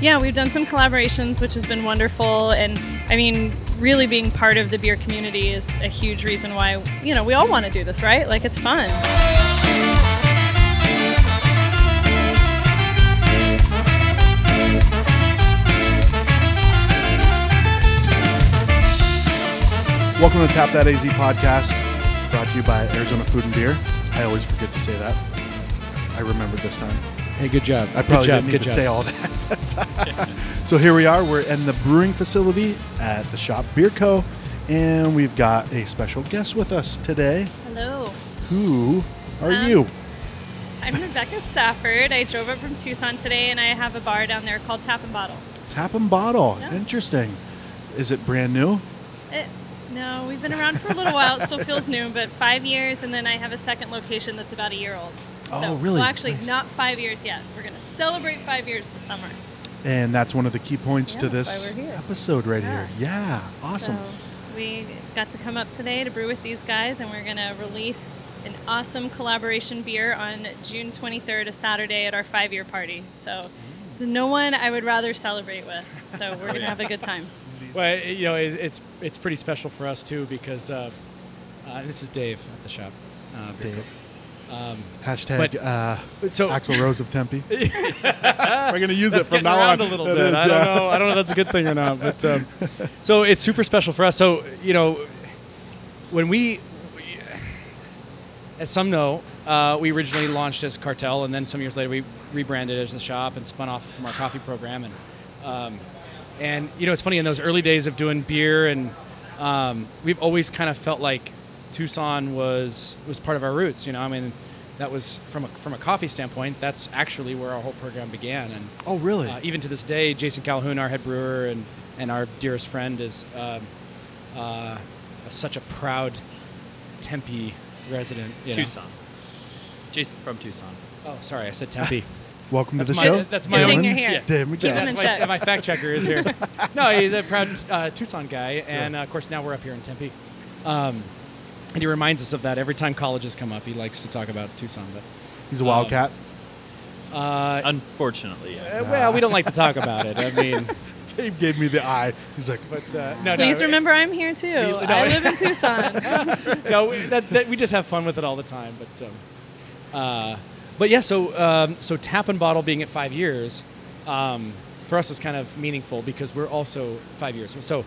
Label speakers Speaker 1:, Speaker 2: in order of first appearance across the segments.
Speaker 1: yeah, we've done some collaborations, which has been wonderful. And I mean, really being part of the beer community is a huge reason why, you know, we all want to do this, right? Like, it's fun.
Speaker 2: Welcome to the Tap That AZ podcast, brought to you by Arizona Food and Beer. I always forget to say that. I remembered this time.
Speaker 3: Hey, good job.
Speaker 2: I
Speaker 3: good
Speaker 2: probably
Speaker 3: job.
Speaker 2: didn't need
Speaker 3: good
Speaker 2: to
Speaker 3: job.
Speaker 2: say all that. so here we are. We're in the brewing facility at the Shop Beer Co. And we've got a special guest with us today.
Speaker 1: Hello.
Speaker 2: Who are
Speaker 1: Um,
Speaker 2: you?
Speaker 1: I'm Rebecca Safford. I drove up from Tucson today, and I have a bar down there called Tap and Bottle.
Speaker 2: Tap and bottle.
Speaker 1: yeah.
Speaker 2: Interesting. Is it brand new?
Speaker 1: Eh, no, we've been around for a little while. It still feels new, but five years, and then I have a second location that's about a year old.
Speaker 2: Oh,
Speaker 1: so,
Speaker 2: really?
Speaker 1: Well, actually,
Speaker 2: Nice.
Speaker 1: not five years yet. We're going to celebrate five years this summer.
Speaker 2: And that's one of the key points
Speaker 1: Yeah,
Speaker 2: to
Speaker 1: that's why
Speaker 2: this
Speaker 1: we're here.
Speaker 2: episode right
Speaker 1: Yeah.
Speaker 2: here. Yeah. Awesome.
Speaker 1: So we got to come up today to brew with these guys, and we're going to release an awesome collaboration beer on June 23rd, a Saturday, at our five year party.
Speaker 2: Mm.
Speaker 1: So, there's no one I would rather celebrate with. So, we're going to
Speaker 3: yeah.
Speaker 1: have a good time.
Speaker 3: Well, it- you know, it, it's it's pretty special for us too because uh, uh, this is Dave at the shop. Uh, beer
Speaker 2: Dave.
Speaker 3: co- Um,
Speaker 2: Hashtag
Speaker 3: But-
Speaker 2: uh,
Speaker 3: so
Speaker 2: Axel Rose of Tempe. We're going to use it
Speaker 3: that's
Speaker 2: from
Speaker 3: getting
Speaker 2: now
Speaker 3: around
Speaker 2: on.
Speaker 3: a little
Speaker 2: It
Speaker 3: bit.
Speaker 2: is,
Speaker 3: I
Speaker 2: yeah.
Speaker 3: don't know. I don't know if that's a good thing or not. But um, so it's super special for us. So you know, when we, we- as some know, uh, we originally launched as Cartel, and then some years later we rebranded as the shop and spun off from our coffee program. And um, and you know, it's funny in those early days of doing beer, and um, we've always kind of felt like Tucson was was part of our roots. You know, I mean. That was from a, from a coffee standpoint. That's actually where our whole program began, and
Speaker 2: Oh, really?
Speaker 3: uh, even to this day, Jason Calhoun, our head brewer and, and our dearest friend, is um, uh, such a proud Tempe resident. you know.
Speaker 4: Tucson. Jason's from Tucson.
Speaker 3: Oh, sorry, I said Tempe.
Speaker 2: Welcome to
Speaker 3: That's
Speaker 2: the
Speaker 3: my-
Speaker 2: show.
Speaker 3: that's my
Speaker 1: Good
Speaker 3: own-
Speaker 1: thing
Speaker 2: Dylan.
Speaker 1: you're here.
Speaker 2: Dave
Speaker 1: Keep
Speaker 2: McGowan.
Speaker 1: him in
Speaker 3: my,
Speaker 1: check.
Speaker 3: my fact checker is here. no, he's a proud uh, Tucson guy, and uh, of course now we're up here in Tempe. Um, and he reminds us of that every time colleges come up. He likes to talk about Tucson, but
Speaker 2: He's a wildcat.
Speaker 3: uh,
Speaker 4: Unfortunately, yeah.
Speaker 3: uh, well, we don't like to talk about it. I mean,
Speaker 2: Dave gave me the eye. He's like,
Speaker 3: but uh, no, no,
Speaker 1: Please
Speaker 3: it-
Speaker 1: remember I'm here too.
Speaker 3: no.
Speaker 1: I live in Tucson.
Speaker 3: no, we, that, that, we just have fun with it all the time. But, um, uh, but yeah, so um, so tap and bottle being at five years, um, for us is kind of meaningful because we're also five years. So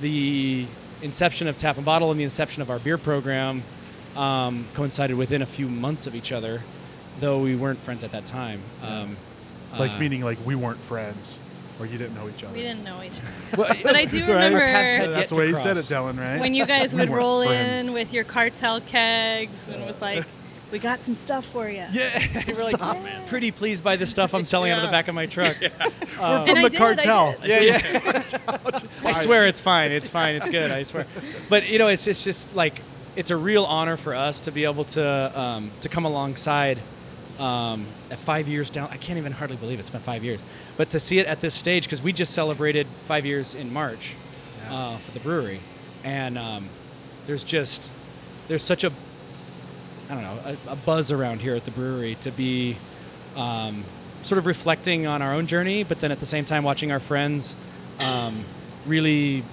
Speaker 3: the inception of tap and bottle and the inception of our beer program um, coincided within a few months of each other, though we weren't friends at that time. Um,
Speaker 2: like
Speaker 3: uh,
Speaker 2: meaning like we weren't friends, or you didn't know each other.
Speaker 1: we didn't know each other.
Speaker 3: well,
Speaker 1: But I do
Speaker 2: Right.
Speaker 1: remember
Speaker 3: Paths had
Speaker 2: That's
Speaker 3: yet
Speaker 2: the way
Speaker 3: to
Speaker 2: he said it,
Speaker 3: cross.
Speaker 2: Dylan. Right?
Speaker 1: when you guys
Speaker 2: We
Speaker 1: would
Speaker 2: weren't
Speaker 1: roll
Speaker 2: friends.
Speaker 1: in with your cartel kegs when it was like, we got some stuff for you.
Speaker 3: yeah, we were like pretty pleased by the stuff I'm selling out of the back of my truck.
Speaker 2: We're from
Speaker 1: I
Speaker 2: the
Speaker 1: did, I
Speaker 2: cartel.
Speaker 1: did.
Speaker 3: yeah, yeah. I swear it's fine. It's fine. It's good. I swear. But you know, it's it's just like it's a real honor for us to be able to um, to come alongside um, at five years down. I can't even hardly believe it's been five years, but to see it at this stage because we just celebrated five years in March uh, for the brewery, and um, there's just there's such a I don't know, a, a buzz around here at the brewery to be um, sort of reflecting on our own journey, but then at the same time watching our friends um, really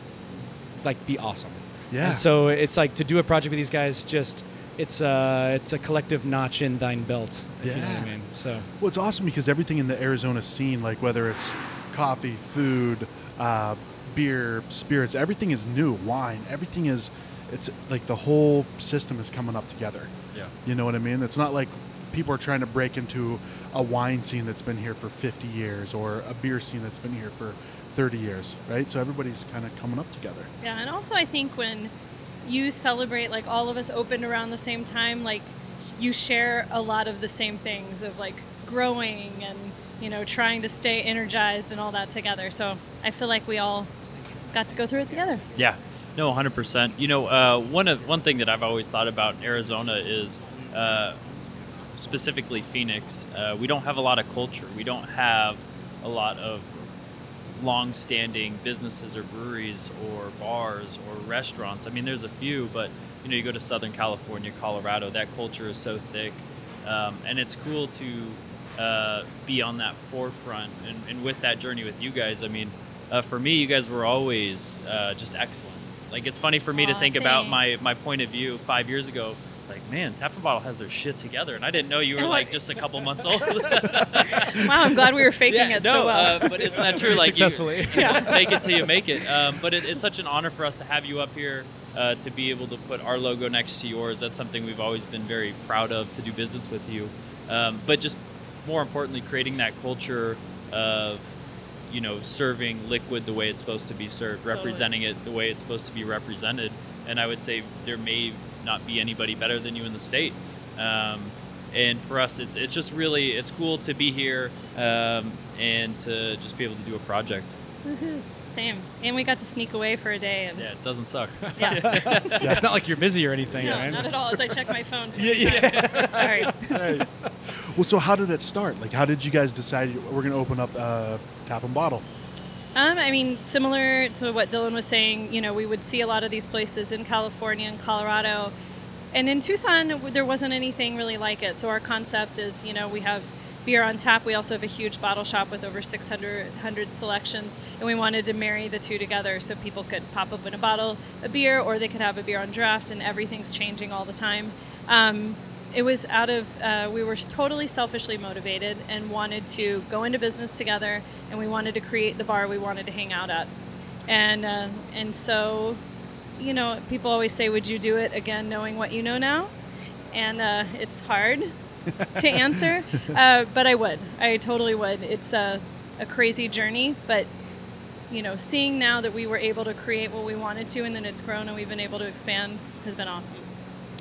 Speaker 3: like be awesome.
Speaker 2: Yeah.
Speaker 3: And so it's like to do a project with these guys. Just it's a it's a collective notch in thine belt. If You know what
Speaker 2: Yeah.
Speaker 3: I mean? So
Speaker 2: Well, it's awesome because everything in the Arizona scene, like whether it's coffee, food, uh, beer, spirits, everything is new. Wine, everything is. It's like the whole system is coming up together.
Speaker 3: uh,
Speaker 4: yeah.
Speaker 2: You know what I mean? It's not like people are trying to break into a wine scene that's been here for 50 years or a beer scene that's been here for 30 years, right? So everybody's kind of coming up together.
Speaker 1: Yeah, and also I think when you celebrate, like all of us opened around the same time, like you share a lot of the same things of like growing and you know trying to stay energized and all that together. So I feel like we all got to go through it together.
Speaker 4: Yeah. No, 100%. You know, uh, one of one thing that I've always thought about in Arizona is uh, specifically Phoenix. Uh, we don't have a lot of culture. We don't have a lot of long-standing businesses or breweries or bars or restaurants. I mean, there's a few, but you know, you go to Southern California, Colorado, that culture is so thick, um, and it's cool to uh, be on that forefront and, and with that journey with you guys. I mean, uh, for me, you guys were always uh, just excellent. Like it's funny for me to
Speaker 1: Aw,
Speaker 4: think about my
Speaker 1: thanks.
Speaker 4: my point of view five years ago. Like man, Tap and Bottle has their shit together, and I didn't know you were
Speaker 1: Oh,
Speaker 4: like
Speaker 1: I-
Speaker 4: just a couple months old.
Speaker 1: Wow, I'm glad we were faking
Speaker 4: Yeah,
Speaker 1: it
Speaker 4: no,
Speaker 1: so well.
Speaker 4: uh, but isn't that true? Like you-
Speaker 3: Successfully.
Speaker 1: yeah.
Speaker 4: make it till you make it. Um, but it, it's such an honor for us to have you up here uh, to be able to put our logo next to yours. That's something we've always been very proud of to do business with you. Um, but just more importantly, creating that culture of you know serving liquid the way it's supposed to be served,
Speaker 1: Totally.
Speaker 4: representing it the way it's supposed to be represented. And I would say there may not be anybody better than you in the state. Um, and for us, it's it's just really it's cool to be here um, and to just be able to do a project.
Speaker 1: Same. And we got to sneak away for a day. And
Speaker 4: Yeah, it doesn't suck.
Speaker 1: yeah.
Speaker 3: Yeah, it's not like you're busy or anything,
Speaker 1: No,
Speaker 3: right?
Speaker 1: not at all. As I check my phone.
Speaker 3: Yeah,
Speaker 1: yeah. Sorry.
Speaker 2: Hey. Well, so how did it start? Like, how did you guys decide we're going to open up uh, Tap and Bottle?
Speaker 1: Um, I mean, similar to what Dylan was saying, you know, we would see a lot of these places in California and Colorado. And in Tucson, w- there wasn't anything really like it. So our concept is, you know, we have beer on tap. We also have a huge bottle shop with over 600 100 selections. And we wanted to marry the two together so people could pop up in a bottle a beer or they could have a beer on draft and everything's changing all the time. Um, it was out of uh, we were totally selfishly motivated and wanted to go into business together and we wanted to create the bar we wanted to hang out at and uh, and so you know people always say would you do it again knowing what you know now and uh, it's hard to answer uh, but i would i totally would it's a, a crazy journey but you know seeing now that we were able to create what we wanted to and then it's grown and we've been able to expand has been awesome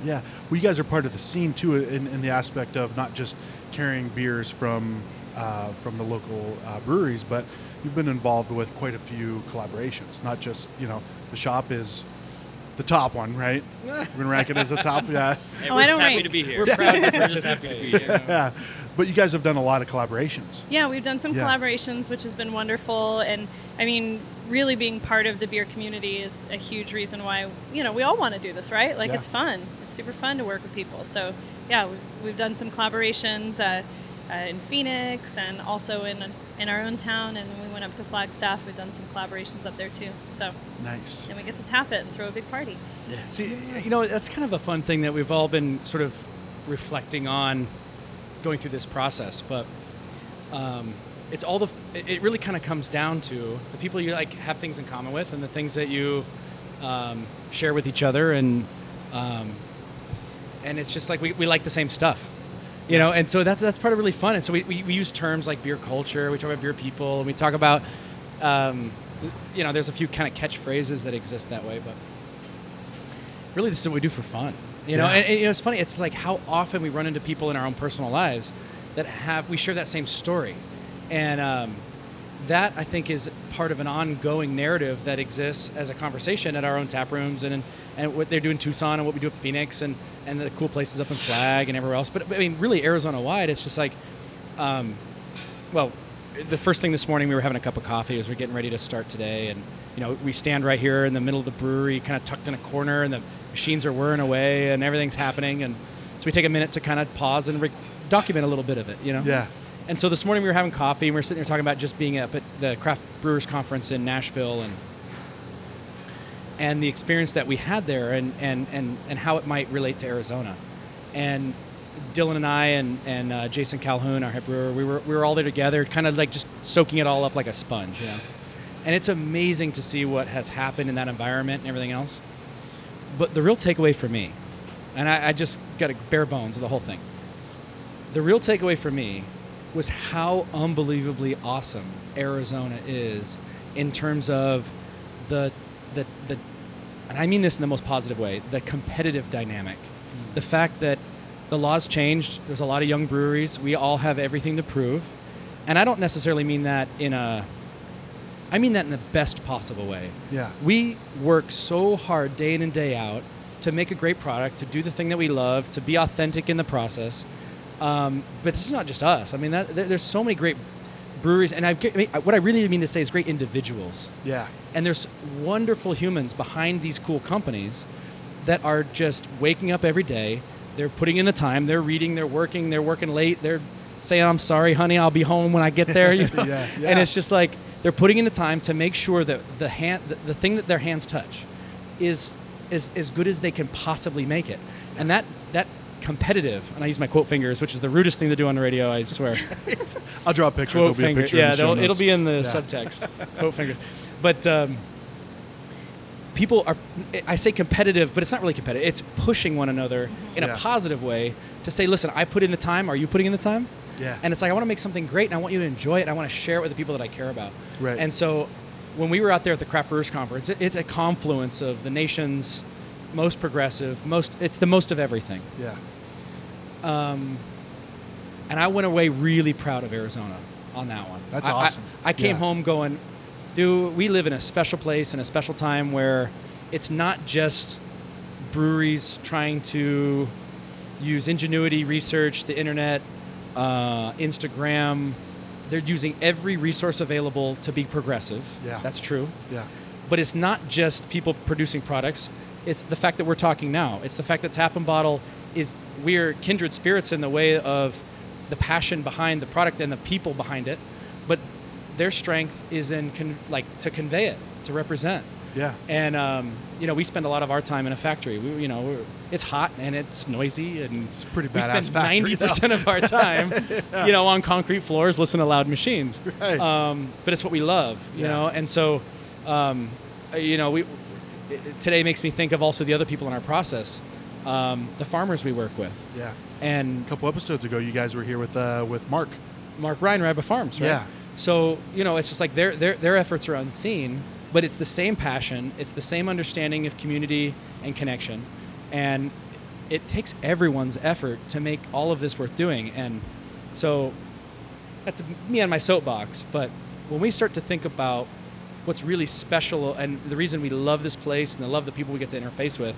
Speaker 2: Yeah. Well, you guys are part of the scene too, in, in the aspect of not just carrying beers from uh, from the local uh, breweries, but you've been involved with quite a few collaborations. Not just you know the shop is the top one, right? We're gonna rank it as the top, yeah.
Speaker 4: Hey,
Speaker 1: Oh,
Speaker 4: we're
Speaker 1: I
Speaker 4: just
Speaker 1: don't
Speaker 4: happy
Speaker 1: rank.
Speaker 4: to be here.
Speaker 3: We're proud to
Speaker 4: We're just happy to be
Speaker 3: participate.
Speaker 4: here.
Speaker 2: yeah. But you guys have done a lot of collaborations.
Speaker 1: Yeah, we've done some
Speaker 2: Yeah.
Speaker 1: collaborations, which has been wonderful. And I mean, really being part of the beer community is a huge reason why, you know, we all want to do this, right? Like,
Speaker 2: Yeah.
Speaker 1: it's fun. It's super fun to work with people. So, yeah, we've, we've done some collaborations uh, uh, in Phoenix and also in, in our own town. And when we went up to Flagstaff, we've done some collaborations up there too. So,
Speaker 2: Nice.
Speaker 1: and we get to tap it and throw a big party.
Speaker 3: See, you know, that's kind of a fun thing that we've all been sort of reflecting on going through this process, but um, it's all the, it it really kind of comes down to the people you like have things in common with and the things that you um, share with each other. And, um, and it's just like we, we like the same stuff. You know, and so that's that's part of really fun. And so we, we, we use terms like beer culture. We talk about beer people. And we talk about, um, you know, there's a few kind of catchphrases that exist that way. But really this is what we do for fun you know
Speaker 2: Yeah.
Speaker 3: and, and, you know it's funny it's like how often we run into people in our own personal lives that have we share that same story and um, that i think is part of an ongoing narrative that exists as a conversation at our own tap rooms and and what they do in tucson and what we do at phoenix and and the cool places up in flag and everywhere else but, but i mean really arizona wide it's just like um, well, the first thing this morning we were having a cup of coffee as we're getting ready to start today, and you know we stand right here in the middle of the brewery, kind of tucked in a corner, and the machines are whirring away, and everything's happening, and so we take a minute to kind of pause and re- document a little bit of it, you know.
Speaker 2: Yeah.
Speaker 3: And so this morning we were having coffee, and we were sitting here talking about just being up at the Craft Brewers Conference in Nashville, and and the experience that we had there and, and, and, and how it might relate to Arizona. And Dylan and I and, and uh, Jason Calhoun, our head brewer, we were, we were all there together, kind of like just soaking it all up like a sponge, you know. And it's amazing to see what has happened in that environment and everything else. But the real takeaway for me, and I, I just got a bare bones of the whole thing, the real takeaway for me was how unbelievably awesome Arizona is in terms of the the the and I mean this in the most positive way, the competitive dynamic. The fact that the laws changed, there's a lot of young breweries, we all have everything to prove. And I don't necessarily mean that in a I mean that in the best possible way.
Speaker 2: Yeah.
Speaker 3: We work so hard day in and day out to make a great product, to do the thing that we love, to be authentic in the process. Um, but this is not just us. I mean, that, there- there's so many great breweries, and I've, get- I mean, what I really mean to say is great individuals.
Speaker 2: Yeah.
Speaker 3: And there's wonderful humans behind these cool companies that are just waking up every day. They're putting in the time. They're reading. They're working. They're working late. They're saying, I'm sorry, honey, I'll be home when I get there. You know?
Speaker 2: Yeah,
Speaker 3: And
Speaker 2: yeah.
Speaker 3: it's just like they're putting in the time to make sure that the hand, the, the thing that their hands touch is, is as good as they can possibly make it. And that, that competitive, and I use my quote fingers, which is the rudest thing to do on the radio, I swear.
Speaker 2: I'll draw a picture. There'll
Speaker 3: quote
Speaker 2: be a
Speaker 3: finger-
Speaker 2: picture.
Speaker 3: Yeah,
Speaker 2: in the show
Speaker 3: they'll- it'll
Speaker 2: notes.
Speaker 3: be in the
Speaker 2: Yeah.
Speaker 3: subtext. quote fingers, but um, people are. I say competitive, but it's not really competitive. It's pushing one another in
Speaker 2: Yeah.
Speaker 3: a positive way to say, "Listen, I put in the time. Are you putting in the time?"
Speaker 2: Yeah.
Speaker 3: And it's like I want to make something great, and I want you to enjoy it, and I want to share it with the people that I care about.
Speaker 2: Right.
Speaker 3: And so, when we were out there at the Craft Brewers Conference, it, it's a confluence of the nation's most progressive, most. It's the most of everything
Speaker 2: Yeah.
Speaker 3: and I went away really proud of Arizona on that one.
Speaker 2: That's
Speaker 3: I- I-
Speaker 2: awesome.
Speaker 3: I, came
Speaker 2: Yeah.
Speaker 3: home going, dude, we live in a special place and a special time where it's not just breweries trying to use ingenuity, research, the internet, uh, Instagram. They're using every resource available to be progressive.
Speaker 2: Yeah.
Speaker 3: That's true
Speaker 2: Yeah.
Speaker 3: but it's not just people producing products. It's the fact that we're talking now. It's the fact that Tap and Bottle is we're kindred spirits in the way of the passion behind the product and the people behind it, but their strength is in con- like to convey it, to represent.
Speaker 2: Yeah.
Speaker 3: And um, you know, we spend a lot of our time in a factory. We, you know, we're, it's hot and it's noisy, and it's
Speaker 2: pretty
Speaker 3: We
Speaker 2: badass
Speaker 3: spend
Speaker 2: factory,
Speaker 3: ninety percent of our time, you know, on concrete floors, listening to loud machines.
Speaker 2: Right.
Speaker 3: Um, but it's what we love, you
Speaker 2: Yeah.
Speaker 3: know. And so, um, uh, you know, we it- it- today makes me think of also the other people in our process, um, the farmers we work with,
Speaker 2: Yeah.
Speaker 3: and
Speaker 2: A couple episodes ago, you guys were here with uh, with Mark.
Speaker 3: Mark Ryan, Rabbit Farms, right?
Speaker 2: Yeah.
Speaker 3: So you know, it's just like their their their efforts are unseen, but it's the same passion, it's the same understanding of community and connection, and it takes everyone's effort to make all of this worth doing. And so that's me on my soapbox. But when we start to think about what's really special and the reason we love this place and the love the people we get to interface with,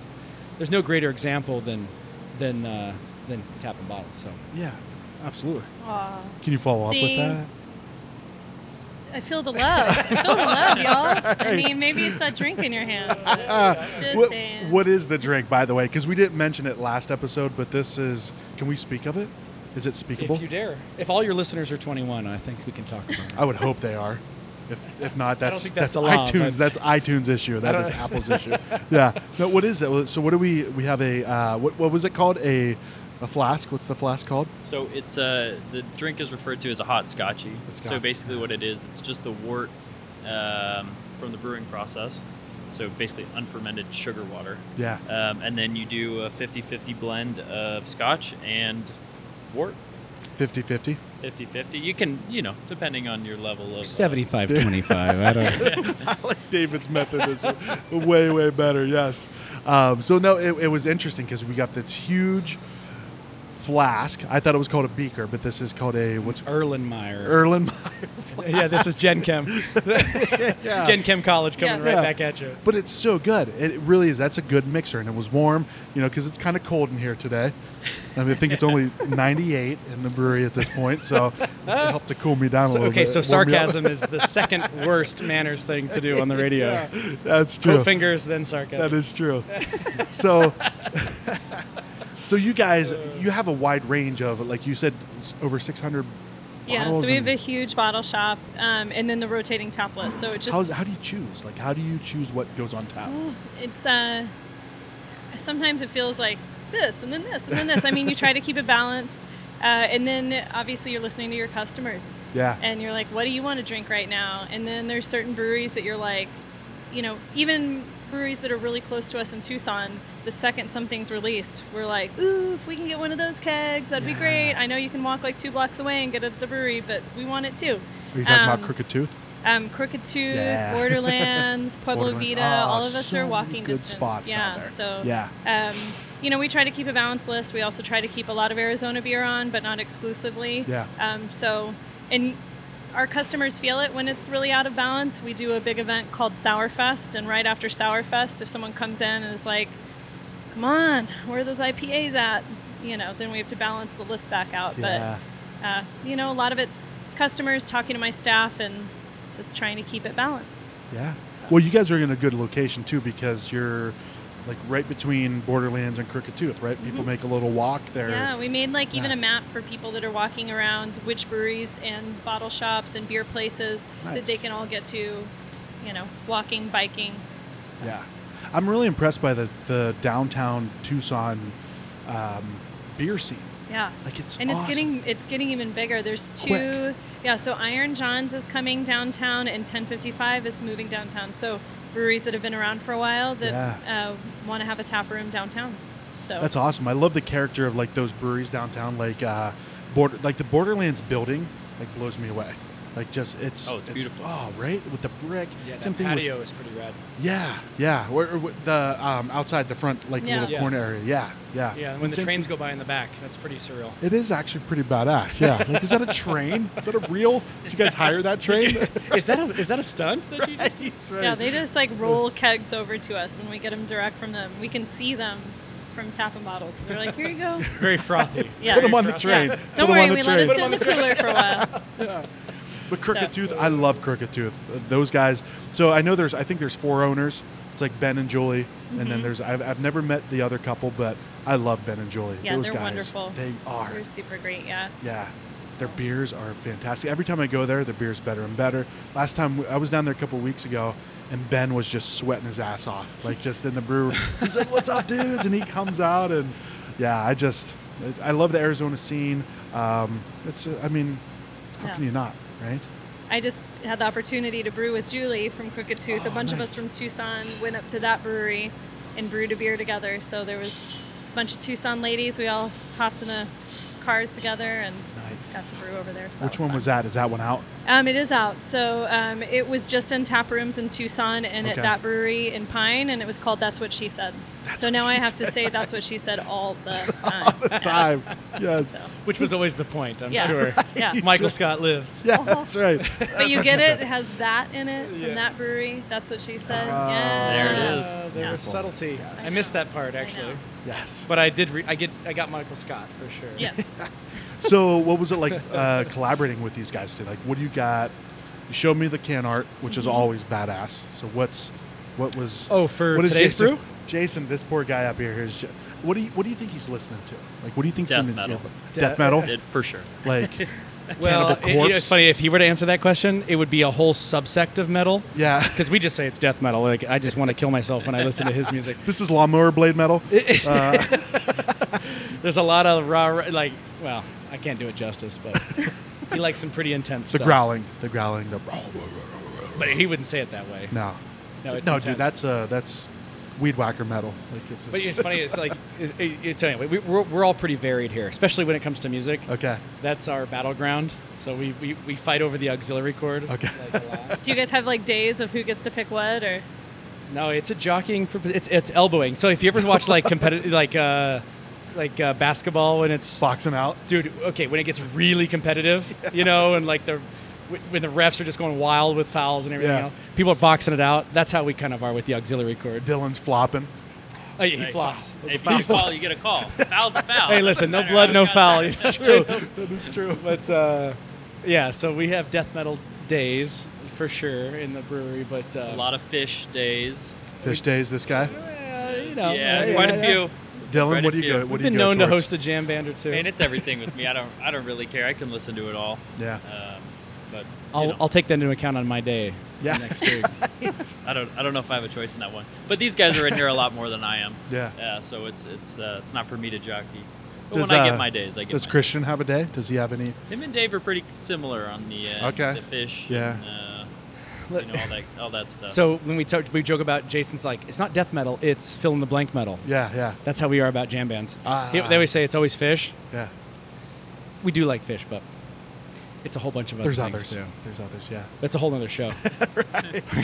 Speaker 3: there's no greater example than than uh, than tap and bottle. So.
Speaker 2: Yeah. Absolutely.
Speaker 1: Aw.
Speaker 2: Can you follow
Speaker 1: See?
Speaker 2: up with
Speaker 1: I feel the love. I feel the love, y'all. I mean, maybe it's that drink in your hand.
Speaker 2: that? Uh,
Speaker 1: Just
Speaker 2: what,
Speaker 1: saying.
Speaker 2: what is the drink, by the way? Because we didn't mention it last episode, but this is. Can we speak of it? Is it speakable?
Speaker 3: If you dare. If all your listeners are 21, I think we can talk about it.
Speaker 2: I would hope they are. If, if not, that's
Speaker 3: think
Speaker 2: that's,
Speaker 3: that's allowed,
Speaker 2: iTunes.
Speaker 3: but-
Speaker 2: That's iTunes issue. That is Apple's issue. Yeah. No, what is it? So what do we we have a uh, what what was it called? A a flask. What's the flask called?
Speaker 4: So it's uh, the drink is referred to as a hot scotchy.
Speaker 2: It's
Speaker 4: So
Speaker 2: got-
Speaker 4: basically, what it is, it's just the wort um, from the brewing process. So basically, unfermented sugar water,
Speaker 2: Yeah.
Speaker 4: um, and then you do a 50-50 blend of scotch and wort.
Speaker 2: 50-50.
Speaker 4: 50-50. You can, you know, depending on your level of uh,
Speaker 3: 75 25. I don't know.
Speaker 2: I like David's method is way way better. Yes. Um, so no, it, it was interesting because we got this huge flask. I thought it was called a beaker, but this is called a what's
Speaker 3: Erlenmeyer.
Speaker 2: Erlenmeyer.
Speaker 3: yeah, this is Gen Chem.
Speaker 2: yeah.
Speaker 3: Gen Chem College coming
Speaker 1: Yes.
Speaker 3: right
Speaker 2: Yeah.
Speaker 3: back at you.
Speaker 2: But it's so good. It really is. That's a good mixer, and it was warm, you know, because it's kind of cold in here today. I mean, I think it's only 98 in the brewery at this point, so it helped to cool me down a
Speaker 3: So,
Speaker 2: little
Speaker 3: okay,
Speaker 2: bit.
Speaker 3: so
Speaker 2: warm me up.
Speaker 3: sarcasm is the second worst manners thing to do on the radio.
Speaker 2: Yeah, that's
Speaker 3: Pro
Speaker 2: true.
Speaker 3: fingers, then sarcasm.
Speaker 2: That is true. so, so you guys, you have a wide range of, like you said, s- over 600.
Speaker 1: Yeah, so
Speaker 2: bottles
Speaker 1: we have
Speaker 2: and-
Speaker 1: a huge bottle shop um, and then the rotating top list. So it just.
Speaker 2: How's, how do you choose? Like, how do you choose what goes on tap?
Speaker 1: it's uh sometimes it feels like this and then this and then this i mean you try to keep it balanced uh, and then obviously you're listening to your customers
Speaker 2: Yeah.
Speaker 1: and you're like what do you want to drink right now and then there's certain breweries that you're like you know even breweries that are really close to us in tucson the second something's released we're like ooh if we can get one of those kegs that'd be great i know you can walk like two blocks away and get it at the brewery but we want it too
Speaker 2: Are you talking about
Speaker 1: Um,
Speaker 2: crooked tooth?
Speaker 1: um, Crooked Tooth,
Speaker 2: Yeah.
Speaker 1: Borderlands, Pueblo
Speaker 2: Borderlands.
Speaker 1: Vita,
Speaker 2: Ah,
Speaker 1: all of us
Speaker 2: so
Speaker 1: are
Speaker 2: many
Speaker 1: walking
Speaker 2: good
Speaker 1: distance.
Speaker 2: spots
Speaker 1: yeah.
Speaker 2: down there.
Speaker 1: So
Speaker 2: Yeah.
Speaker 1: um, you know, we try to keep a balanced list. We also try to keep a lot of Arizona beer on, but not exclusively.
Speaker 2: Yeah.
Speaker 1: Um, so and our customers feel it when it's really out of balance. We do a big event called Sourfest, and right after Sourfest, if someone comes in and is like, Come on, where are those IPAs at? You know, then we have to balance the list back out. But
Speaker 2: yeah.
Speaker 1: uh, you know, a lot of it's customers talking to my staff and just trying to keep it balanced.
Speaker 2: Yeah. Well, you guys are in a good location too because you're like right between Borderlands and Crooked Tooth, right? People make a little walk there.
Speaker 1: Mm-hmm. Yeah, we made like even
Speaker 2: Yeah.
Speaker 1: a map for people that are walking around which breweries and bottle shops and beer places that they
Speaker 2: Nice.
Speaker 1: can all get to, you know, walking, biking.
Speaker 2: Yeah. I'm really impressed by the, the downtown Tucson um, beer scene.
Speaker 1: Yeah.
Speaker 2: Like it's
Speaker 1: and
Speaker 2: awesome.
Speaker 1: it's getting it's getting even bigger. There's two
Speaker 2: Quick.
Speaker 1: yeah, so Iron John's is coming downtown and 1055 is moving downtown. So breweries that have been around for a while that uh, want to have a tap room downtown. So
Speaker 2: That's awesome. I love the character of like those breweries downtown, like uh, border, like the Borderlands building, like blows me away. Like just it's
Speaker 4: Oh, it's beautiful.
Speaker 2: Oh, right with the brick.
Speaker 3: Yeah, that
Speaker 2: Something
Speaker 3: patio is pretty rad.
Speaker 2: With, yeah, yeah. Or, or with the um, outside the front like
Speaker 1: Yeah.
Speaker 2: little
Speaker 3: Yeah.
Speaker 2: corner area. Yeah, yeah.
Speaker 3: Yeah,
Speaker 2: And
Speaker 3: when the
Speaker 2: same
Speaker 3: trains
Speaker 2: thing-
Speaker 3: go by in the back, that's pretty surreal.
Speaker 2: It is actually pretty badass. Yeah. Like, is that a train? Is that a real? Did you guys hire that train?
Speaker 3: is that a, is that a stunt? That you did?
Speaker 2: That's right.
Speaker 1: Yeah, they just like roll kegs over to us when we get them direct from them. We can see them from tap and bottles. They're like, here you go.
Speaker 3: Very frothy.
Speaker 1: Yeah.
Speaker 2: Put
Speaker 1: Very
Speaker 2: them on the
Speaker 3: frothy.
Speaker 2: train.
Speaker 1: Yeah.
Speaker 2: Put
Speaker 1: Don't
Speaker 2: 'em on
Speaker 1: worry,
Speaker 2: the
Speaker 1: we
Speaker 2: train.
Speaker 1: let it sit in the cooler for a while.
Speaker 2: But Crooked
Speaker 1: So-
Speaker 2: Tooth, I love Crooked Tooth. Uh, Those guys. So I know there's. I think there's four owners. It's like Ben and Julie, and
Speaker 1: Mm-hmm.
Speaker 2: then there's. I've, I've never met the other couple, but I love Ben and Julie.
Speaker 1: Yeah,
Speaker 2: Those
Speaker 1: they're
Speaker 2: guys,
Speaker 1: wonderful.
Speaker 2: They are.
Speaker 1: They're super great, yeah.
Speaker 2: Yeah. Their beers are fantastic. Every time I go there, their beer's better and better. Last time I was down there a couple weeks ago, and Ben was just sweating his ass off, like just in the brew. He's like, "What's up, dudes?" And he comes out, and yeah, I just, I love the Arizona scene. Um, it's, I mean, how
Speaker 1: Yeah.
Speaker 2: can you not, right?
Speaker 1: I just had the opportunity to brew with Julie from Crooked Tooth.
Speaker 2: Oh,
Speaker 1: a bunch of
Speaker 2: nice.
Speaker 1: us from Tucson went up to that brewery and brewed a beer together. So there was a bunch of Tucson ladies. We all hopped in the cars together and
Speaker 2: Nice.
Speaker 1: got to brew over there. So that
Speaker 2: Which one
Speaker 1: fun.
Speaker 2: was that? Is that one out?
Speaker 1: Um, it is out. So um, it was just in tap rooms in Tucson and
Speaker 2: Okay.
Speaker 1: at that brewery in Pine, and it was called That's What She Said.
Speaker 2: That's
Speaker 1: so
Speaker 2: What
Speaker 1: now
Speaker 2: She
Speaker 1: I have to say That's What She Said all the time. Yeah.
Speaker 2: Time. Yes.
Speaker 1: So,
Speaker 3: Which was always the point, I'm
Speaker 1: Yeah.
Speaker 3: sure.
Speaker 1: yeah.
Speaker 3: Michael Scott lives.
Speaker 2: Yeah,
Speaker 1: Uh-huh.
Speaker 2: that's right.
Speaker 1: But you get it? It has that in it
Speaker 3: Yeah.
Speaker 1: from that brewery. That's What She Said.
Speaker 2: Oh.
Speaker 1: yeah.
Speaker 4: There it is.
Speaker 3: Uh, there
Speaker 1: Yeah.
Speaker 3: was subtlety.
Speaker 2: Yes.
Speaker 3: I missed that part
Speaker 1: I
Speaker 3: actually,
Speaker 1: know.
Speaker 2: Yes.
Speaker 3: but I did. Re- I get. I got Michael Scott for sure.
Speaker 1: Yes.
Speaker 2: so what was it like uh, collaborating with these guys today? Like, what do you got? You showed me the can art, which is
Speaker 1: Mm-hmm.
Speaker 2: always badass. So what's what was?
Speaker 3: Oh, for
Speaker 2: what is
Speaker 3: today's
Speaker 2: Jason,
Speaker 3: brew?
Speaker 2: Jason, this poor guy up here, is. ju- What do you what do you think he's listening to? Like, what do you think?
Speaker 4: Death
Speaker 2: something's-
Speaker 4: metal.
Speaker 2: Yeah, death metal.
Speaker 4: It, for sure.
Speaker 2: Like,
Speaker 3: Well,
Speaker 2: Cannibal
Speaker 3: it- you know,
Speaker 2: Corpse.
Speaker 3: it's funny if he were to answer that question, it would be a whole subsect of metal
Speaker 2: yeah.
Speaker 3: because we just say it's death metal. Like I just want to kill myself when I listen to his music.
Speaker 2: This is lawnmower blade metal. Uh,
Speaker 3: There's a lot of raw, like well, I can't do it justice, but he likes some pretty intense.
Speaker 2: the
Speaker 3: stuff.
Speaker 2: growling, the growling, the. oh,
Speaker 3: but he wouldn't say it that way.
Speaker 2: No.
Speaker 3: No, it's
Speaker 2: dude,
Speaker 3: intense.
Speaker 2: that's uh, that's weed whacker metal. Like this is.
Speaker 3: But it's funny. It's like it's, it's anyway. We, we're, we're all pretty varied here, especially when it comes to music.
Speaker 2: okay.
Speaker 3: That's our battleground. So we, we, we fight over the auxiliary cord.
Speaker 2: Okay.
Speaker 3: Like, a lot.
Speaker 1: Do you guys have like days of who gets to pick what or?
Speaker 3: no, it's a jockeying for it's it's elbowing. So if you ever watch like competitive like uh like uh, basketball when it's
Speaker 2: Boxing out.
Speaker 3: dude okay when it gets really competitive you know and like the wh- when the refs are just going wild with fouls and everything
Speaker 2: Yeah.
Speaker 3: else people are boxing it out that's how we kind of are with the auxiliary cord
Speaker 2: Dylan's flopping.
Speaker 3: Uh, he
Speaker 4: Hey,
Speaker 3: flops
Speaker 4: If you foul, you get a call. Foul's a foul.
Speaker 3: hey listen no
Speaker 4: Doesn't
Speaker 3: blood
Speaker 4: matter
Speaker 3: no
Speaker 4: how
Speaker 3: foul
Speaker 4: you
Speaker 3: you
Speaker 4: got
Speaker 3: know,
Speaker 4: there.
Speaker 3: so-
Speaker 2: That is true.
Speaker 3: but uh, yeah, so we have death metal days for sure in the brewery, but uh,
Speaker 4: A lot of fish days.
Speaker 2: Fish days, this guy.
Speaker 3: well, you know,
Speaker 4: yeah,
Speaker 3: uh,
Speaker 4: quite
Speaker 2: yeah,
Speaker 4: a few.
Speaker 2: Dylan,
Speaker 4: Right
Speaker 2: what do
Speaker 4: if
Speaker 2: you
Speaker 4: you-
Speaker 2: go? What
Speaker 3: We've
Speaker 2: do you
Speaker 3: been
Speaker 2: go
Speaker 3: known to
Speaker 2: towards?
Speaker 3: host a jam band or two.
Speaker 4: Man, it's everything with me. I don't. I don't really care. I can listen to it all.
Speaker 2: Yeah.
Speaker 4: Um, but you
Speaker 3: I'll,
Speaker 4: know,
Speaker 3: I'll take that into account on my day
Speaker 2: Yeah.
Speaker 3: next week.
Speaker 4: I don't. I don't know if I have a choice in that one. But these guys are in here a lot more than I am.
Speaker 2: Yeah.
Speaker 4: Yeah. So it's it's uh, it's not for me to jockey. But
Speaker 2: Does,
Speaker 4: when I
Speaker 2: uh,
Speaker 4: get my days, I get.
Speaker 2: Does
Speaker 4: my
Speaker 2: Christian have a day? Does he have any?
Speaker 4: Him and Dave are pretty similar on the uh,
Speaker 2: Okay.
Speaker 4: the fish.
Speaker 2: Yeah.
Speaker 4: And, uh,
Speaker 3: Look-
Speaker 4: you know all that all that stuff.
Speaker 3: so when we talk, we joke about Jason's like it's not death metal, it's fill in the blank metal.
Speaker 2: Yeah, yeah,
Speaker 3: That's how we are about jam bands.
Speaker 2: Ah.
Speaker 3: He- they always say it's always fish.
Speaker 2: yeah.
Speaker 3: We do like fish, but it's a whole bunch of other
Speaker 2: There's
Speaker 3: things
Speaker 2: others.
Speaker 3: too.
Speaker 2: There's others. Yeah.
Speaker 3: That's a whole other show.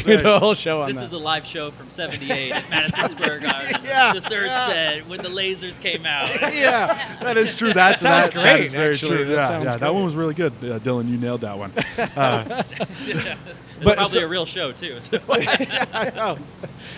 Speaker 3: We do a whole show on
Speaker 4: this
Speaker 3: that.
Speaker 4: is the live show from '78 at Madison Square Garden.
Speaker 2: Yeah,
Speaker 4: the third
Speaker 2: yeah.
Speaker 4: set when the lasers came out.
Speaker 2: yeah, that is true. That's
Speaker 3: sounds
Speaker 2: that, that
Speaker 3: great,
Speaker 2: is very
Speaker 3: actually.
Speaker 2: true.
Speaker 3: That
Speaker 2: yeah,
Speaker 3: sounds
Speaker 2: yeah. That
Speaker 3: great.
Speaker 2: one was really good, uh, Dylan. You nailed that one. Uh,
Speaker 4: It's
Speaker 3: But
Speaker 4: probably
Speaker 3: so-
Speaker 4: a real show too. So.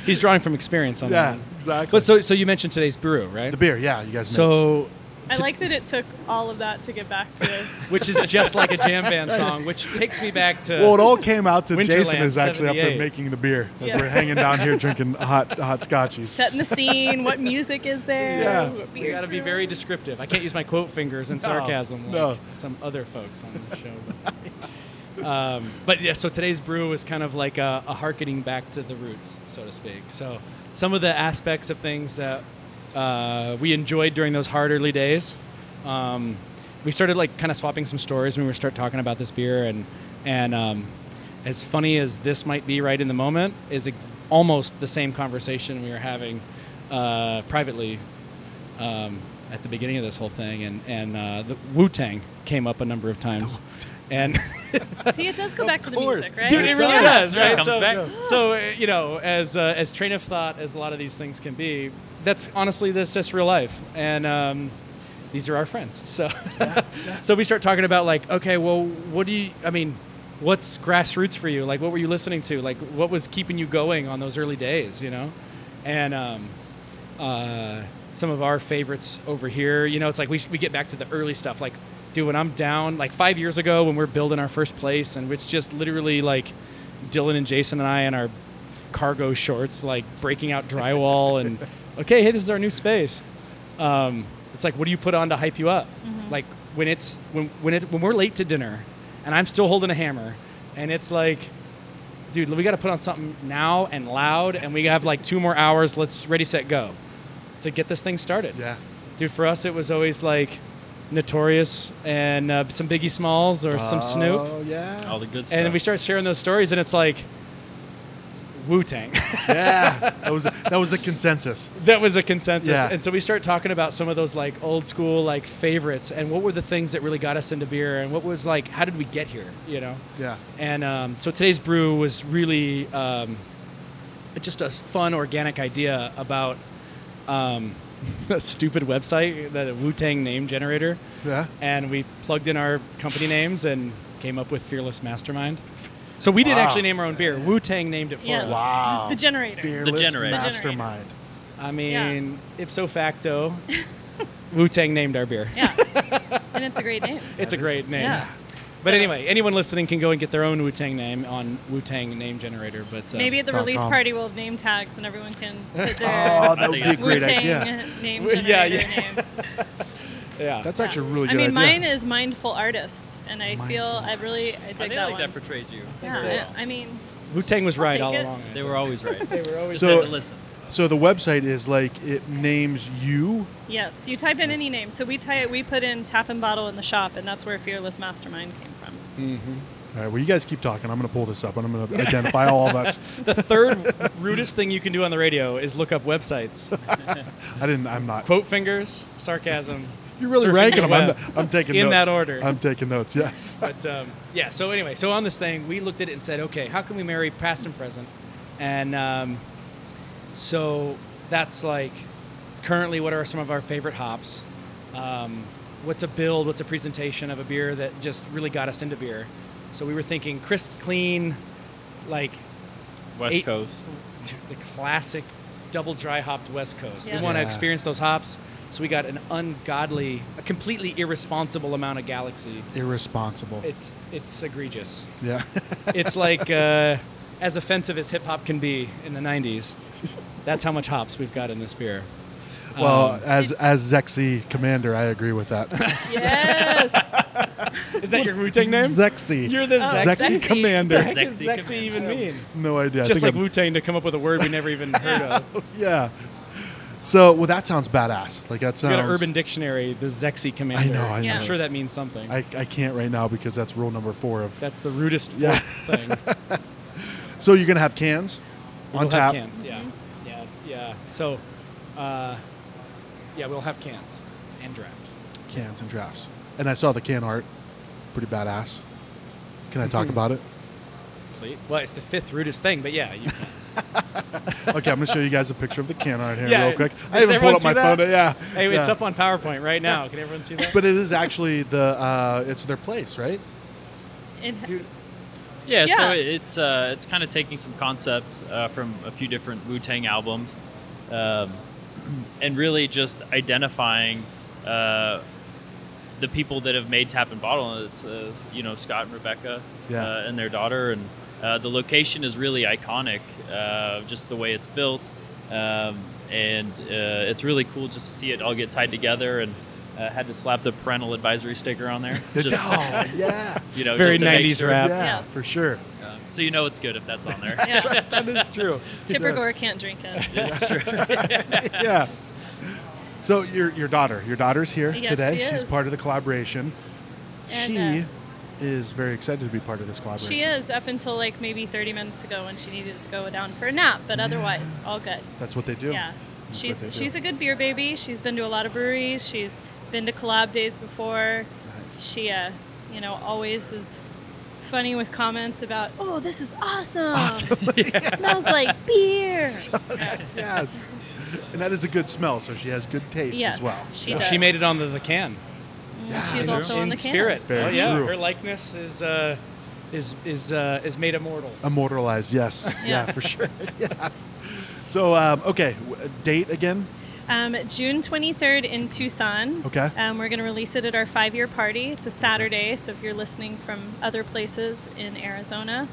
Speaker 3: He's drawing from experience on that.
Speaker 2: yeah,
Speaker 3: one.
Speaker 2: exactly.
Speaker 3: But so so you mentioned today's brew, right?
Speaker 2: the beer. Yeah, you guys. made
Speaker 3: So
Speaker 1: I like that it took all of that to get back to.
Speaker 3: which is just like a jam band song, which takes me back to.
Speaker 2: Well, it all came out to
Speaker 3: Winterland,
Speaker 2: Jason is actually up there
Speaker 3: 78.
Speaker 2: making the beer as
Speaker 1: Yeah.
Speaker 2: we're hanging down here drinking hot hot scotchies.
Speaker 1: setting the scene. What music is there?
Speaker 2: Yeah.
Speaker 1: what
Speaker 3: we
Speaker 1: beers
Speaker 3: got to be
Speaker 1: brewed.
Speaker 3: very descriptive. I can't use my quote fingers and
Speaker 2: No,
Speaker 3: sarcasm like
Speaker 2: no.
Speaker 3: some other folks on the show. um, but yeah, so today's brew was kind of like a, a harkening back to the roots, so to speak. So some of the aspects of things that uh, we enjoyed during those hard early days, um, we started like kind of swapping some stories when we start talking about this beer and and. Um, as funny as this might be right in the moment, is ex- almost the same conversation we were having uh, privately um, at the beginning of this whole thing, and and uh, the Wu Tang came up a number of times, and
Speaker 1: See, it does go back to the
Speaker 2: course.
Speaker 1: music, right?
Speaker 3: dude, it really does, right?
Speaker 4: Yeah, it comes
Speaker 3: so,
Speaker 4: back.
Speaker 3: so uh, you know, as uh, as train of thought as a lot of these things can be, that's honestly that's just real life, and um, these are our friends. So, so we start talking about like, okay, well, what do you? I mean, what's grassroots for you? Like, what were you listening to? Like, what was keeping you going on those early days? You know, and um, uh, some of our favorites over here. You know, it's like we, we get back to the early stuff. Like, dude, when I'm down, like five years ago when we are building our first place, and it's just literally like Dylan and Jason and I in our cargo shorts, like breaking out drywall and, okay, hey, this is our new space. Um, it's like, what do you put on to hype you up? Like when it's when when it when we're late to dinner, and I'm still holding a hammer, and it's like dude, we got to put on something now and loud, and we have like two more hours. Let's ready, set, go to get this thing started.
Speaker 2: Yeah.
Speaker 3: Dude, for us, it was always like Notorious and uh, some Biggie Smalls or some Snoop.
Speaker 2: Oh yeah.
Speaker 4: All the good stuff.
Speaker 3: And then we start sharing those stories, and it's like Wu Tang.
Speaker 2: Yeah. That was that was the consensus.
Speaker 3: that was a consensus.
Speaker 2: Yeah.
Speaker 3: And so we start talking about some of those like old school like favorites and what were the things that really got us into beer and what was like how did we get here, you know?
Speaker 2: Yeah.
Speaker 3: And um, so today's brew was really um, just a fun organic idea about um, a stupid website that Wu Tang name generator,
Speaker 2: Yeah.
Speaker 3: and we plugged in our company names and came up with Fearless Mastermind. So we didn't
Speaker 2: Wow.
Speaker 3: actually name our own beer. Wu Tang named it for
Speaker 1: Yes.
Speaker 3: us.
Speaker 2: Wow.
Speaker 1: The generator.
Speaker 2: Fearless
Speaker 4: generator.
Speaker 2: mastermind.
Speaker 3: I mean, ipso facto, Wu Tang named our beer.
Speaker 1: Yeah. and it's a great name.
Speaker 3: It's
Speaker 2: That
Speaker 3: a
Speaker 2: is-
Speaker 3: great name.
Speaker 1: Yeah.
Speaker 3: But
Speaker 1: So,
Speaker 3: anyway, anyone listening can go and get their own Wu Tang name on Wu Tang name generator. But uh,
Speaker 1: Maybe at the
Speaker 2: Dot
Speaker 1: release
Speaker 2: com.
Speaker 1: party we'll have name tags and everyone can put their
Speaker 2: Oh, that would be a
Speaker 1: Wu
Speaker 2: great idea.
Speaker 1: Tang name
Speaker 3: Yeah,
Speaker 1: generator
Speaker 3: yeah.
Speaker 1: name.
Speaker 3: yeah,
Speaker 2: That's actually a really
Speaker 1: I
Speaker 2: good
Speaker 1: mean,
Speaker 2: idea.
Speaker 1: mine is mindful artist, and I feel
Speaker 2: Mindful
Speaker 1: I really I dig
Speaker 4: I think
Speaker 1: that
Speaker 4: like
Speaker 1: one.
Speaker 4: that portrays you. very
Speaker 1: yeah,
Speaker 4: well.
Speaker 1: I, I mean,
Speaker 3: Wu Tang was
Speaker 1: I'll
Speaker 3: right
Speaker 1: take
Speaker 3: all
Speaker 1: it.
Speaker 3: along.
Speaker 4: They were always right.
Speaker 3: They were always
Speaker 4: Just
Speaker 2: So-
Speaker 4: had to listen.
Speaker 2: so the website is like it names you.
Speaker 1: yes, you type in any name. So we type we put in tap and bottle in the shop, and that's where Fearless Mastermind came from.
Speaker 2: All right. Well, you guys keep talking. I'm going to pull this up and I'm going to identify all of us.
Speaker 3: the third rudest thing you can do on the radio is look up websites.
Speaker 2: I didn't. I'm not.
Speaker 3: Quote fingers, sarcasm.
Speaker 2: You're really
Speaker 3: surfing
Speaker 2: ranking them.
Speaker 3: the
Speaker 2: I'm,
Speaker 3: web.
Speaker 2: I'm taking
Speaker 3: In
Speaker 2: notes.
Speaker 3: that order.
Speaker 2: I'm taking notes. Yes.
Speaker 3: But um, yeah, so anyway, so on this thing, we looked at it and said, okay, how can we marry past and present? And um, so that's like currently what are some of our favorite hops? Um, what's a build? What's a presentation of a beer that just really got us into beer? So we were thinking crisp, clean, like
Speaker 4: West
Speaker 3: Eight-
Speaker 4: Coast.
Speaker 3: the classic double dry hopped West Coast.
Speaker 1: Yeah.
Speaker 3: We want to
Speaker 2: Yeah.
Speaker 3: experience those hops, so we got an ungodly, a completely irresponsible amount of Galaxy.
Speaker 2: Irresponsible.
Speaker 3: It's it's egregious.
Speaker 2: yeah.
Speaker 3: It's like uh, as offensive as hip hop can be in the '90s. That's how much hops we've got in this beer.
Speaker 2: well,
Speaker 3: Um,
Speaker 2: as as Zexy Commander, I agree with that.
Speaker 1: Yes,
Speaker 3: is that your Wu Tang name?
Speaker 2: Zexy.
Speaker 3: You're the
Speaker 1: Oh,
Speaker 2: Zexy
Speaker 3: Zexy.
Speaker 1: Zexy.
Speaker 3: What the
Speaker 2: Commander.
Speaker 3: heck does
Speaker 4: Zexy
Speaker 3: Zexy
Speaker 4: Command.
Speaker 3: even mean?
Speaker 2: No idea. I
Speaker 3: Just
Speaker 2: think
Speaker 3: like
Speaker 2: I'm-
Speaker 3: Wu Tang to come up with a word we never even heard of.
Speaker 2: Yeah. So well, that sounds badass. Like that
Speaker 3: We
Speaker 2: sounds.
Speaker 3: got an Urban Dictionary, the Zexy Commander.
Speaker 2: know, I
Speaker 1: Yeah.
Speaker 3: am
Speaker 1: know.
Speaker 3: sure that means something.
Speaker 2: I, I can't right now because that's rule number four of.
Speaker 3: That's the rudest fourth
Speaker 2: Yeah.
Speaker 3: thing.
Speaker 2: So you're gonna have cans on
Speaker 3: we'll
Speaker 2: tap.
Speaker 3: have cans, yeah, yeah, yeah. So, uh, yeah, we'll have cans and draft.
Speaker 2: Cans and drafts. And I saw the can art, pretty badass. Can I
Speaker 3: Mm-hmm.
Speaker 2: talk about it?
Speaker 3: Complete. Well, it's the fifth rudest thing, but yeah, you,
Speaker 2: Okay, I'm gonna show you guys a picture of the can art here
Speaker 3: Yeah,
Speaker 2: real quick. I
Speaker 3: does
Speaker 2: haven't pulled
Speaker 3: everyone
Speaker 2: up my
Speaker 3: see that?
Speaker 2: phone. Yeah.
Speaker 3: hey, it's
Speaker 2: Yeah.
Speaker 3: up on PowerPoint right now. Can everyone see that?
Speaker 2: But it is actually the uh, it's their place, right?
Speaker 1: it,
Speaker 3: Dude,
Speaker 4: Yeah, so
Speaker 1: Yeah.
Speaker 4: it's uh, it's kind of taking some concepts uh, from a few different Wu Tang albums, um, and really just identifying uh, the people that have made Tap and Bottle. It's uh, you know Scott and Rebecca
Speaker 2: Yeah.
Speaker 4: uh, and their daughter, and uh, the location is really iconic. Uh, just the way it's built, um, and uh, it's really cool just to see it all get tied together. And uh, had to slap the parental advisory sticker on there.
Speaker 2: Did
Speaker 4: Just,
Speaker 2: you- oh, yeah.
Speaker 4: you know,
Speaker 3: Very
Speaker 4: just to make
Speaker 3: 90s
Speaker 4: sure.
Speaker 3: rap.
Speaker 2: Yeah,
Speaker 1: Yes.
Speaker 2: for sure.
Speaker 4: Um, so you know it's good if that's on there.
Speaker 2: That's right. That is true. He
Speaker 1: Tipper
Speaker 2: does.
Speaker 1: Gore can't drink it.
Speaker 2: yeah. So your your daughter, your daughter's here
Speaker 1: Yes,
Speaker 2: today.
Speaker 1: she
Speaker 2: She's
Speaker 1: is.
Speaker 2: part of the collaboration.
Speaker 1: And,
Speaker 2: she
Speaker 1: uh,
Speaker 2: is very excited to be part of this collaboration.
Speaker 1: She is up until like maybe 30 minutes ago when she needed to go down for a nap, but otherwise, all good.
Speaker 2: That's what they do.
Speaker 1: Yeah.
Speaker 2: That's
Speaker 1: She's
Speaker 2: what they do.
Speaker 1: she's a good beer baby. She's been to a lot of breweries. She's been to collab days before.
Speaker 2: Nice.
Speaker 1: She uh, you know, always is funny with comments about, "Oh, this is awesome. it smells like beer."
Speaker 2: yes. And that is a good smell, so she has good taste
Speaker 1: Yes,
Speaker 2: as well.
Speaker 1: she
Speaker 2: Yeah.
Speaker 1: does.
Speaker 3: She made it onto the can.
Speaker 2: Yeah,
Speaker 1: Mm, she's
Speaker 2: true.
Speaker 1: also
Speaker 3: in
Speaker 1: on the can.
Speaker 3: spirit.
Speaker 2: Very
Speaker 3: oh, yeah.
Speaker 2: true.
Speaker 3: Her likeness is uh, is is uh, is made immortal.
Speaker 2: Immortalized, yes. Yeah,
Speaker 1: Yes.
Speaker 2: for sure. yes. So, um, okay, w- date again?
Speaker 1: Um, June 23rd in Tucson.
Speaker 2: Okay.
Speaker 1: Um, we're going to release it at our five year party. It's a Saturday, so if you're listening from other places in Arizona,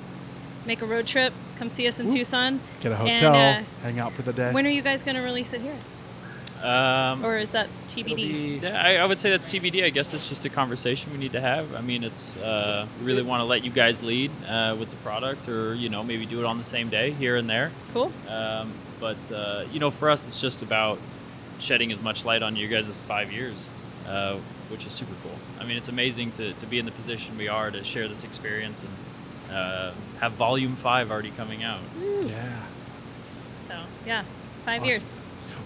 Speaker 1: make a road trip, come see us in Tucson.
Speaker 2: Get a
Speaker 1: And,
Speaker 2: hotel,
Speaker 1: uh,
Speaker 2: hang out for the day.
Speaker 1: when are you guys going to release it here?
Speaker 4: Um,
Speaker 1: Or is that
Speaker 3: It'll
Speaker 1: TBD?
Speaker 3: be-
Speaker 4: Yeah, I, I would say that's TBD. I guess it's just a conversation we need to have. I mean, it's uh, we really want to let you guys lead uh, with the product, or you know, maybe do it on the same day here and there.
Speaker 1: Cool.
Speaker 4: Um, but uh, you know, for us, it's just about shedding as much light on you guys as five years, uh, which is super cool. I mean, it's amazing to, to be in the position we are to share this experience and uh, have Volume Five already coming out.
Speaker 2: yeah.
Speaker 1: So, yeah, five
Speaker 2: Awesome.
Speaker 1: years.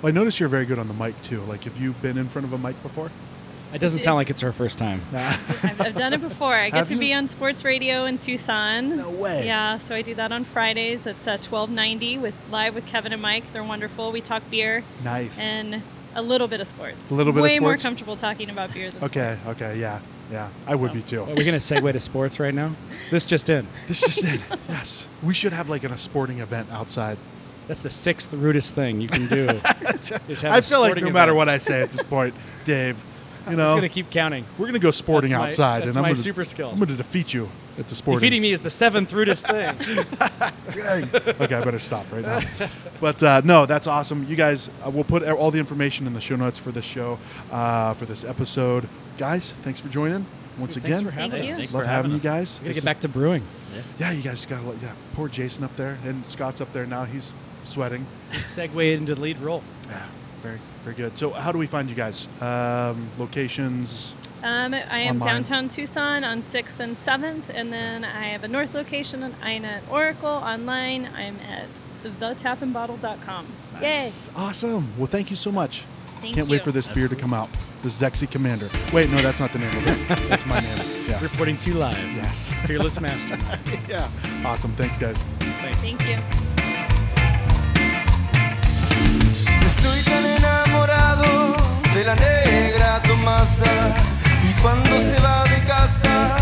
Speaker 2: Well, I noticed you're very good on the mic, too. Like, have you been in front of a mic before?
Speaker 3: It doesn't sound like it's her first time.
Speaker 2: Nah.
Speaker 1: I've, I've done it before. I
Speaker 2: Have
Speaker 1: get to
Speaker 2: you?
Speaker 1: be on sports radio in Tucson.
Speaker 2: No way.
Speaker 1: Yeah, so I do that on Fridays. It's uh, 1290 with live with Kevin and Mike. They're wonderful. We talk beer.
Speaker 2: nice.
Speaker 1: and a little bit of sports.
Speaker 2: A little bit of
Speaker 1: Way more
Speaker 2: sports?
Speaker 1: comfortable talking about beer than
Speaker 2: okay,
Speaker 1: sports.
Speaker 2: okay, yeah, yeah. I would be, too.
Speaker 3: Are Oh, we gonna segue to sports right now? This just in.
Speaker 2: This just in. Yes. We should have, like, an, a sporting event outside.
Speaker 3: That's the sixth rudest thing you can do. is have
Speaker 2: I
Speaker 3: a
Speaker 2: feel like no
Speaker 3: sporting
Speaker 2: matter
Speaker 3: event.
Speaker 2: what I say at this point, Dave, you
Speaker 3: I'm just
Speaker 2: know,
Speaker 3: gonna keep counting.
Speaker 2: we're going to go sporting
Speaker 3: That's my-
Speaker 2: outside.
Speaker 3: that's
Speaker 2: and I'm
Speaker 3: my
Speaker 2: gonna,
Speaker 3: super skill.
Speaker 2: I'm going to defeat you at the sporting.
Speaker 3: Defeating me is the seventh rudest thing.
Speaker 2: Dang. okay, I better stop right now. But uh, no, that's awesome. You guys, uh, we'll put all the information in the show notes for this show, uh, for this episode. Guys, thanks for joining once
Speaker 3: Dude,
Speaker 2: again.
Speaker 3: thanks for having
Speaker 1: Thank
Speaker 3: us.
Speaker 1: you.
Speaker 4: Thanks
Speaker 2: Love
Speaker 4: for
Speaker 2: having,
Speaker 4: having
Speaker 2: you
Speaker 4: us.
Speaker 2: guys.
Speaker 3: We gotta
Speaker 2: This
Speaker 3: get back to brewing.
Speaker 2: is- yeah, you guys got to. Yeah, poor Jason up there, and Scott's up there now. He's sweating.
Speaker 3: Segue into lead role.
Speaker 2: Yeah, very, very good. So, how do we find you guys? Um, locations.
Speaker 1: Um, I am
Speaker 2: Online.
Speaker 1: downtown Tucson on 6th and 7th, and then I have a north location on Ina at Oracle. Online, I'm at thetapandbottle.com. Yay!
Speaker 2: Nice. Awesome. Well, thank you so much.
Speaker 1: Thank
Speaker 2: Can't wait
Speaker 1: you.
Speaker 2: for this beer to come out. The Zexy Commander. Wait, no, that's not the name of it. That's my name. Yeah.
Speaker 3: Reporting to live.
Speaker 2: Yes.
Speaker 3: Fearless master.
Speaker 2: yeah. Awesome. Thanks, guys.
Speaker 3: Thanks.
Speaker 1: Thank you.
Speaker 5: Estoy tan enamorado de la negra Tomasa y cuando se va de casa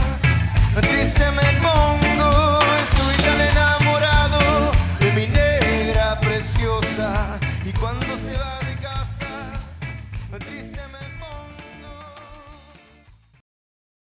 Speaker 5: triste me pongo.